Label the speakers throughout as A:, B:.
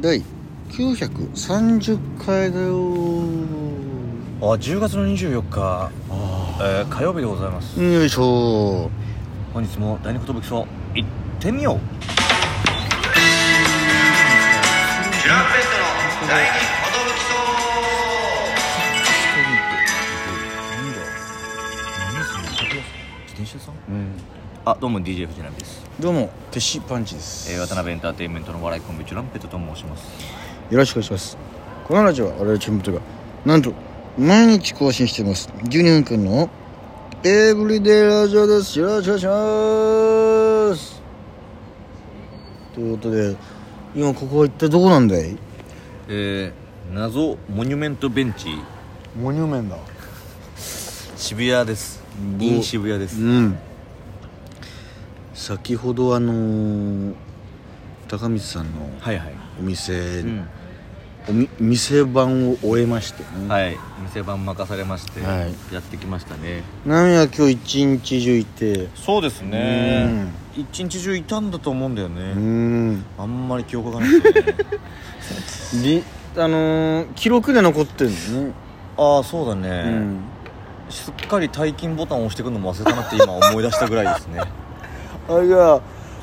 A: 第930回だよ
B: あ10月の24日、えー火曜日でございます
A: よいしょ
B: 本日も第二寿荘行ってみよう自転車さん
A: うん
B: あどうも DJ 藤波です、
A: どうもテシパンチです、
B: えー、渡辺エンターテインメントの笑いコンビチュランペットと申します
A: よろしくお願いしますこのラジオは我々チームとがなんと毎日更新しています12分間のエブリデイラジオですよろしくお願いしますということで今ここは一体どこなんだい
B: えー、謎モニュメントベンチ
A: モニュメンだ
B: 渋谷です
A: ぼ
B: in 渋谷です
A: うん先ほどあのー高光さんの
B: はいはい、
A: お店、
B: うん
A: おみ店番を終えましてね、
B: はい店番任されまして、
A: はい
B: やってきましたね
A: なんや今日一日中いて
B: そうですね一日中いたんだと思うんだよ
A: う
B: ね、
A: ん
B: あんまり記憶がないです ね
A: りあのー記録で残ってるのね、
B: ああそうだね、
A: うん
B: すっかり退勤ボタンを押してくるのも忘れたなって今思い出したぐらいですね
A: あいや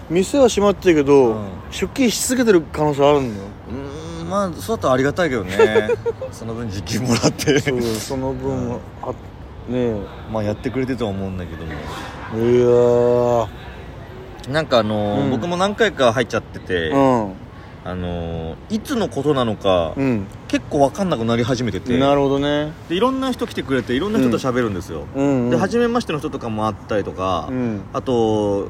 A: 店は閉まってるけど、
B: うん
A: 出勤し続けてる可能性あるんだよ
B: うーんまあそうだったらありがたいけどね その分時給もらって
A: そう その分はあね
B: まあやってくれてとは思うんだけども
A: えいやー
B: なんかあのー
A: うん
B: 僕も何回か入っちゃってて、
A: うん
B: あのーいつのことなのか、
A: うん、
B: 結構わかんなくなり始めてて
A: なるほどね
B: でいろんな人来てくれていろんな人と喋るんですよ、
A: うん、うん、
B: で初めましての人とかもあったりとか、
A: うん
B: あと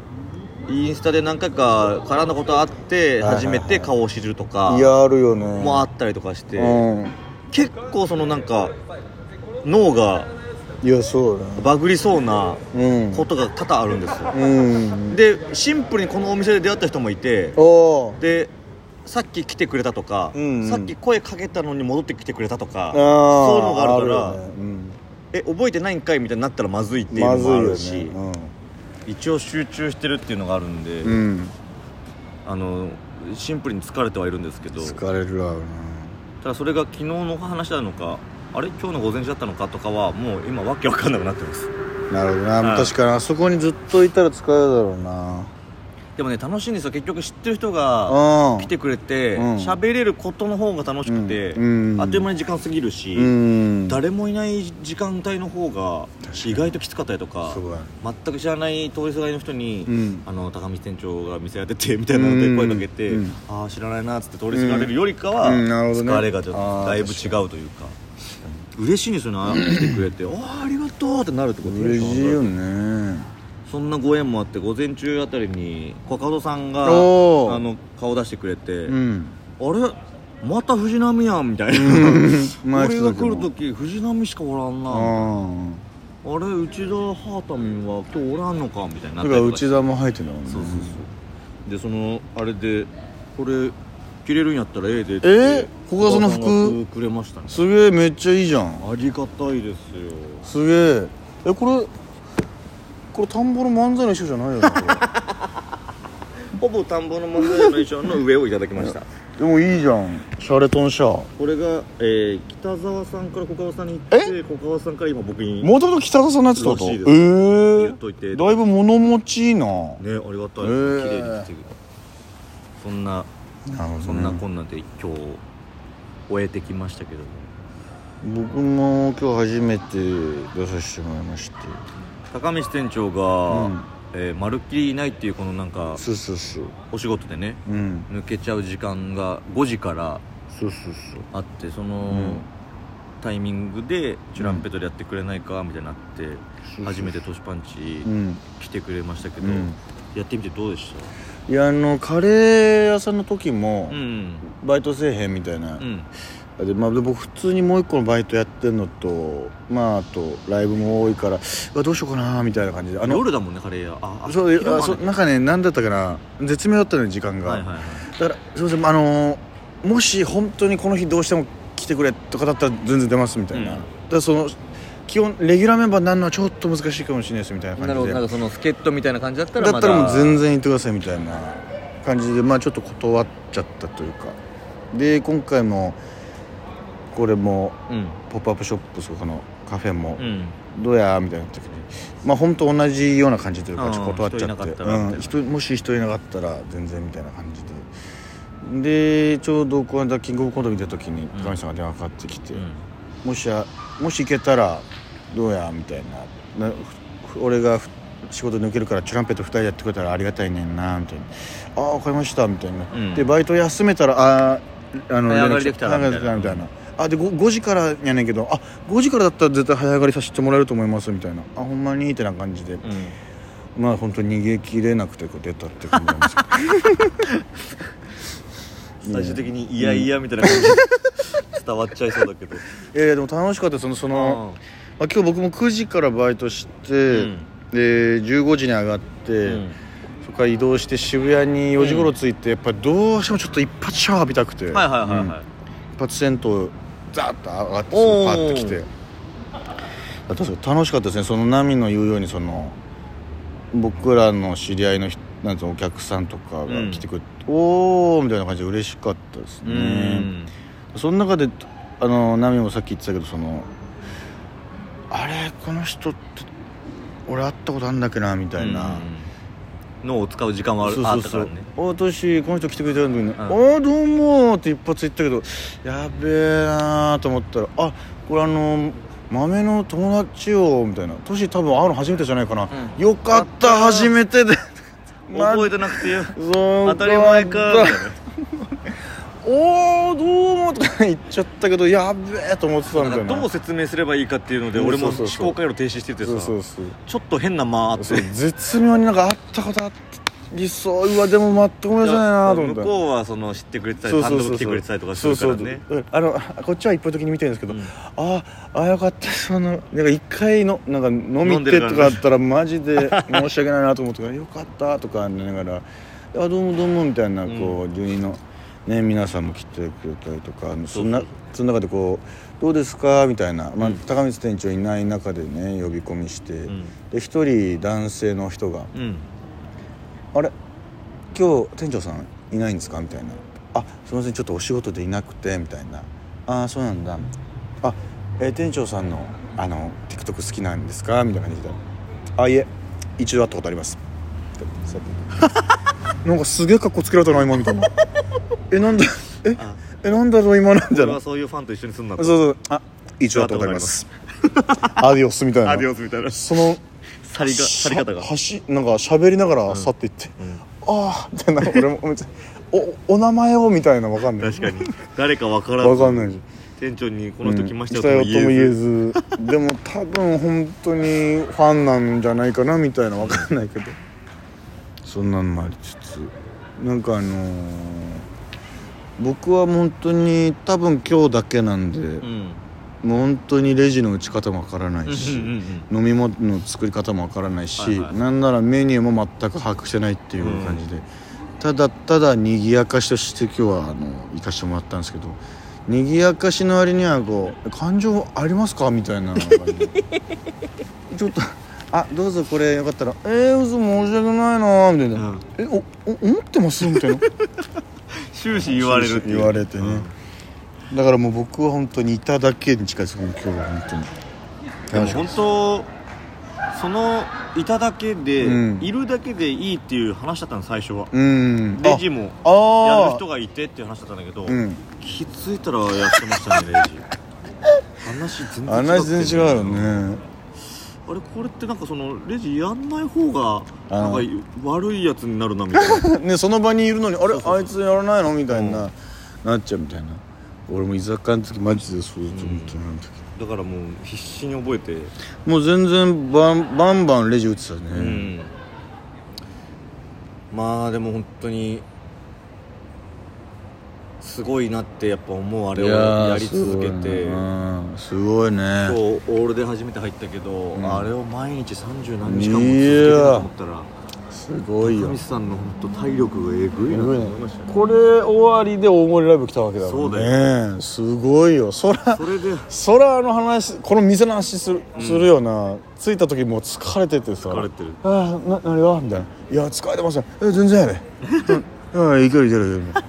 B: インスタで何回か絡んだことあって
A: はいはいはい
B: 初めて顔を知るとか
A: いやあるよね
B: もあったりとかして、
A: うん
B: 結構そのなんか脳が
A: いやそうだね
B: バグりそうな
A: うん
B: ことが多々あるんですよ
A: うん
B: でシンプルにこのお店で出会った人もいて
A: おー
B: でさっき来てくれたとか、
A: うんうん
B: さっき声かけたのに戻ってきてくれたとか
A: あー
B: そういうのがあるから
A: あよねうん
B: え覚えてないんかいみたいになったらまずいっていう
A: ま
B: の
A: ずい
B: もあ
A: よ
B: る
A: ね
B: し、一応集中してるっていうのがあるんで、
A: うん、うん、
B: あのシンプルに疲れてはいるんですけど
A: 疲れるわよね
B: ただそれが昨日の話なのかあれ今日の午前中だったのかとかはもう今わけわかんなくなってます
A: なるほどな
B: うん
A: 確かにあそこにずっといたら疲れるだろうな
B: でもね楽しいんですよ結局知ってる人が
A: うん
B: 来てくれて
A: うん
B: 喋、れることの方が楽しくて、
A: うんうん
B: あっという間に時間過ぎるし、
A: うん
B: 誰もいない時間帯の方が意外ときつかったりとか
A: すごい
B: 全く知らない通りすがりの人に、
A: うん
B: あの高見店長が店やっててみたいなので声かけて、
A: うんうん
B: ああ知らないなっつって通りすがれるよりかは、
A: うんなるほどね
B: 疲れがちょっ
A: あー
B: とだいぶ違うというか嬉しいんですよねああ来てくれ て「ああありがとう」ってなるってことでょ
A: 嬉しいよね
B: そんなご縁もあって午前中あたりにコカドさんがあ
A: おー
B: の顔出してくれて、
A: うん
B: あれまた藤波やんみたいな
A: 前
B: 俺が来る
A: 来た
B: 時藤波しかおらんな
A: うん
B: あれ内田ハータミンは今日おらんのかみたいにな
A: だ
B: っ
A: か
B: た
A: ら
B: りとかして
A: 内田も入ってたもんね
B: そうそうそうでそのあれでこれ着れるんやったらええでって
A: えここがその服
B: お母さんがくれましたね
A: すげえめっちゃいいじゃん
B: ありがたいですよ
A: すげええこれこれ田んぼの漫才の人じゃないよねこ
B: ほぼ田んぼの漫才の衣装の上をいただきました
A: れでもいいじゃんシャレトンシャ
B: これが、えー、北沢さんから小川さんに行って小川さんから今僕にね
A: もともと北田さんのやつってこと
B: ら
A: え
B: しい
A: え
B: です言っといて
A: ー、だいぶ物持ちいいな、
B: ありがたい、
A: えー
B: 綺麗に着てくるそんな
A: なるほどね
B: そんなこんなで今日終えてきましたけども
A: 僕も今日初めて出させてもらいまして
B: 高道店長が、
A: うん
B: えーまるっきりいないっていうこのなんか
A: そうそうそう
B: お仕事でね
A: うん
B: 抜けちゃう時間が5時から
A: そうそうそ
B: あってその、
A: ん
B: タイミングでチュランペットでやってくれないかみたいになって、
A: う
B: 初めてトシパンチ
A: ううん
B: 来てくれましたけど、
A: うん
B: やってみてどうでし
A: いやあのカレー屋さんの時も
B: た、うん
A: バイトせえへんみたいな
B: う、ん
A: でまあ、で僕普通にもう一個のバイトやってんのとまああとライブも多いからうわどうしようかなみたいな感じであの
B: 夜だもんねカレー屋あ
A: そう
B: 昼間
A: あそう
B: ね
A: なんかね何だったかな絶妙だったのよ時間が、
B: はいはいはい
A: だからすいませんあのーもし本当にこの日どうしても来てくれとかだったら全然出ますみたいな、
B: うん
A: だからその基本レギュラーメンバーになるのはちょっと難しいかもしれないですみたいな
B: なる
A: 感じ
B: ほど
A: で
B: なんかその助っ人みたいな感じだったら
A: だ
B: ま
A: った
B: だ
A: らもう全然行ってくださいみたいな感じでまあちょっと断っちゃったというかで今回もこれも
B: うん
A: ポップアップショップそこのカフェも
B: うん
A: どうやみたいになったけどまあ本当同じような感じという
B: う
A: か
B: ん
A: ちょっと断っちゃ
B: 人いなか
A: っ
B: ってたらみたい
A: うん
B: な
A: 人もし人いなかったら全然みたいな感じででちょうどこの間キングオブコント見た時に
B: うん
A: 高見さんが電話かかってきて、
B: うん
A: もしやもし行けたらどうやみたいななふ俺がふ仕事抜けるからチュランペット2人やってくれたらありがたいねんなみたいな「ああ分かりました」みたいな、
B: うん
A: でバイト休めたらあああの
B: 早上が
A: 連絡
B: りできたら
A: 早上がりできたらみたいなあで 5, 5時からやねんけどあ5時からだったら絶対早上がりさせてもらえると思いますみたいなあほんまにってな感じで、
B: うん
A: まあ本当に逃げ切れなくてこう出たって感じなん ですけど
B: 最終的にいやいやみたいな感じで伝わっちゃいそうだけど
A: えーでも楽しかったそのその、まあ、今日僕も9時からバイトして、
B: うん
A: で15時に上がって、
B: うん
A: そこから移動して渋谷に4時頃着いて、やっぱりどうしてもちょっと一発シャワー浴びたくて、
B: はいはいはい
A: うん
B: はい
A: 一発銭湯ザーッと上がって
B: おー
A: パッと来て確か楽しかったですねそのナミの言うようにその僕らの知り合いの人なんつうのお客さんとかが来てくれて、おーみたいな感じで嬉しかったです
B: う
A: ね、
B: ん
A: その中であのナミもさっき言ってたけどそのあれこの人って俺会ったことあるんだっけなみたいな、
B: うん脳を使う時間はあるあったからね
A: おとしこの人来てくれてるのに「あ
B: ん
A: あどうも」って一発言ったけどやべえなーと思ったら「あこれあの豆の友達よ」みたいな「トシ多分会うの初めてじゃないかな、
B: うん
A: よかった
B: よかった
A: 初めて で
B: 覚えてなくて
A: そう
B: 当たり前かみたいな
A: おおどうも」とか言っちゃったけどやべえと思ってたみたいな
B: どう説明すればいいかっていうので
A: うん
B: 俺
A: そ
B: も思
A: うそうそう
B: 考回路停止してて
A: そうそう
B: さ
A: そう
B: ちょっと変な間あって
A: そう絶妙になんか会ったことありそううわでも待ってごめんなさいなーと思っ
B: 向
A: た
B: こうはその知ってくれてた
A: そ
B: り
A: うそ
B: 単
A: うそう
B: 独
A: そう
B: 来てくれてたりとかするからね
A: そうそうあのこっちは一方的に見てるんですけど、
B: うん
A: ああよかったそのなんか一回のなんか飲み
B: 飲ん
A: 行っ
B: で
A: て
B: るからね
A: とかあったらマジで申し訳ないなと思ったから よかったとか言いながら「あどうもどうも」みたいなこう、住人の、ね、皆さんも来てくれたりとかあのそんな
B: そう
A: その中でこう「どうですか?」みたいな、まあ
B: うん
A: 高光店長いない中でね呼び込みして、
B: うん
A: で一人男性の人が
B: うん
A: あれ今日店長さんいないんですかみたいな「あすみませんちょっとお仕事でいなくて」みたいな「ああそうなんだ」あえー店長さんのあの TikTok 好きなんですか?」みたいな感じで「あいえ一度会ったことあります」 ってそうやってなんかすげえ格好つけられたな今みたいな「えなんだえ
B: あ
A: えなんだろう今なんじゃ
B: 俺
A: な?」
B: はいそういうファンと一緒にすんな
A: そ
B: と
A: うそう「あ一度会ったことあります」アディオスみたいな
B: アディオスみたいな
A: その
B: 去りが去り方が
A: しゃはしなんか喋りながら去っていって、ああみたいな俺も別におお名前をみたいなわかんない
B: 確かに誰かわからず
A: わかんないし
B: 店長にこの人来ました
A: う
B: よ
A: ん来たよと
B: とも
A: も
B: 言
A: 言え
B: えず
A: ずでも多分本当にファンなんじゃないかなみたいなわかんないけどそんなのもありつつなんかあのー僕は本当に多分今日だけなんで、
B: うん
A: もう本当にレジの打ち方もわからな
B: うんう
A: いし、
B: ん
A: 飲み物の作り方もわからないし、
B: はいはい
A: なんならメニューも全く把握してないっていう感じで、ただただ賑やかしとして今日はあの行かしてもらったんですけど賑やかしの割にはこう「感情ありますか?」みたいな感じで ちょっと「あどうぞこれよかったらえー、嘘申し訳ないな」みたいな「
B: うん
A: えおお思ってます?」みたい な
B: 終始言われるっていう
A: 言われてね、だからもう僕は本当にいただけに近いです今日は本当に
B: でも本当そのいただけで、
A: うん
B: いるだけでいいっていう話だったの最初は、
A: うん
B: レジも
A: ああ
B: や
A: ー
B: る人がいてっていう話だったんだけど、
A: うん
B: 気づいたらやってま したねレジ話全然違う
A: 話全然違うよね
B: あれこれってなんかそのレジやんない方がな
A: あ
B: んか
A: ー
B: 悪いやつになるなみたい な
A: ねその場にいるのにあれ
B: そうそうそう
A: あいつやらないのみたいな、なっちゃうみたいな俺も居酒屋の時マジでそうだと思ってなの時、
B: だからもう必死に覚えて、
A: もう全然バンバンバンレジ打ってたね、
B: うんまあでも本当にすごいなってやっぱ思うあれをやり続けて
A: てすごい
B: 今日
A: ね
B: オールで初めて入ったけど、
A: ん
B: あれを毎日30何日間も続けてると思ったら
A: すごいよ
B: 神さんの本当体力がえぐいなと思いましたね
A: これ終わりで大盛りライブ来たわけだもんね
B: そうだ
A: ねすごいよそら
B: それで
A: そらあの話この店の話する,、するような着いた時もう疲れててさ
B: 疲れてる
A: ああな何がみたいな「いや疲れてますよえ全然やで」うん「ああいけるいけるいける」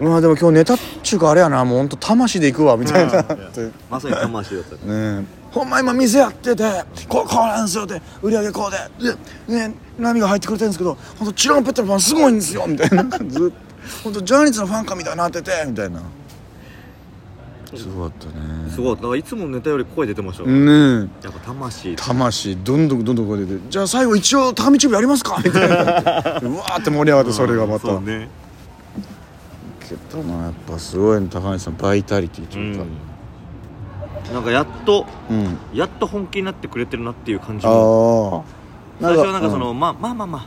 A: まあでも今日ネタっちゅうかあれやなもうほんと魂で行くわみたいな、
B: うんいや
A: って
B: まさに魂だったね
A: ねえほんま今店やっててここうなんですよって売り上げこうででね波が入ってくれてるんですけど本当チロンペットのファンすごいんですよみたいなずっと本当ジャニーズのファンかみたいになっててみたいなすごかったね
B: すごいだからいつもネタより声出てました、
A: ねえ
B: やっぱ魂
A: 魂どんどんどんどんこれでじゃあ最後一応ターミチューブやりますかみたいなうわーって盛り上がってそれがまた、
B: そうね
A: けどなやっぱすごいね高橋さんバイタリティと
B: う
A: いうか
B: んなんかやっと
A: うん、
B: やっと本気になってくれてるなっていう感じも
A: ああ
B: 最初はなんかその、まあまあまあまあ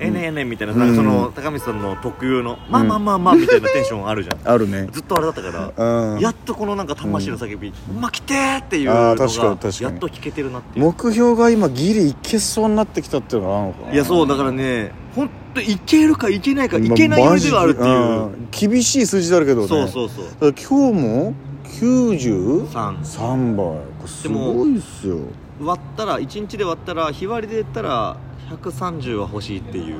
B: ええねええねみたいな,、なんかその高見さんの特有の、まあまあまあまあみたいなテンションあるじ ゃん
A: あるね
B: ずっとあれだったから、
A: うん
B: やっとこのなんか魂の叫び「うまきてー!」っていうのが
A: あー
B: やっと
A: 確かに確かに
B: 聞けてるなっていう
A: 目標が今ギリいけそうになってきたっていうのがあるのかない
B: いやそうだからね本当いけるかいけないかいけないようではあるっていう、
A: 厳しい数字であるけどね
B: そうそうそう
A: だから今日も93倍
B: 3
A: これすごいっすよ
B: 割ったら1日で割ったら日割りで言ったら130は欲しいっていう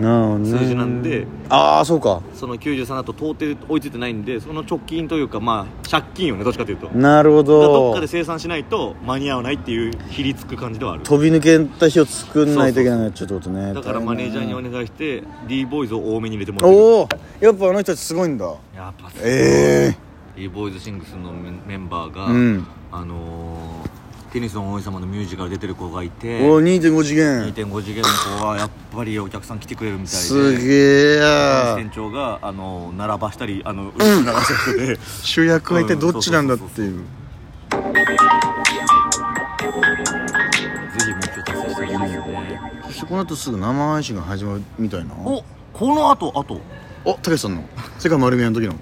A: なあね
B: 数字なんで
A: ああそうか
B: その93だと到底追いついてないんでその直近というかまあ借金よねどっちかというとだから
A: なるほ
B: どっ
A: ど
B: かで生産しないと間に合わないっていうひりつく感じではある
A: 飛び抜けた日を作んないといけないなっちゃうってことね
B: だからマネージャーにお願いして d ボーイズを多めに入れてもらってる
A: おおやっぱあの人たちすごいんだ
B: やっぱ
A: ええ
B: d ボーイズシングスのメンメンバーが、
A: うん
B: あのーテニスの王子様のミュージカル出てる子がいて
A: おお2.5次元
B: 2.5次元の子はやっぱりお客さん来てくれるみたいです
A: げえや
B: 店長があの並ばしたりあのうん並ばしたりで
A: 主役は一体どっちなんだっていう
B: ぜひもうちょっと達成してほしいですね
A: そしてこの後すぐ生配信が始まるみたいな
B: おこの後あと
A: おたけしさんの世界丸見えの時の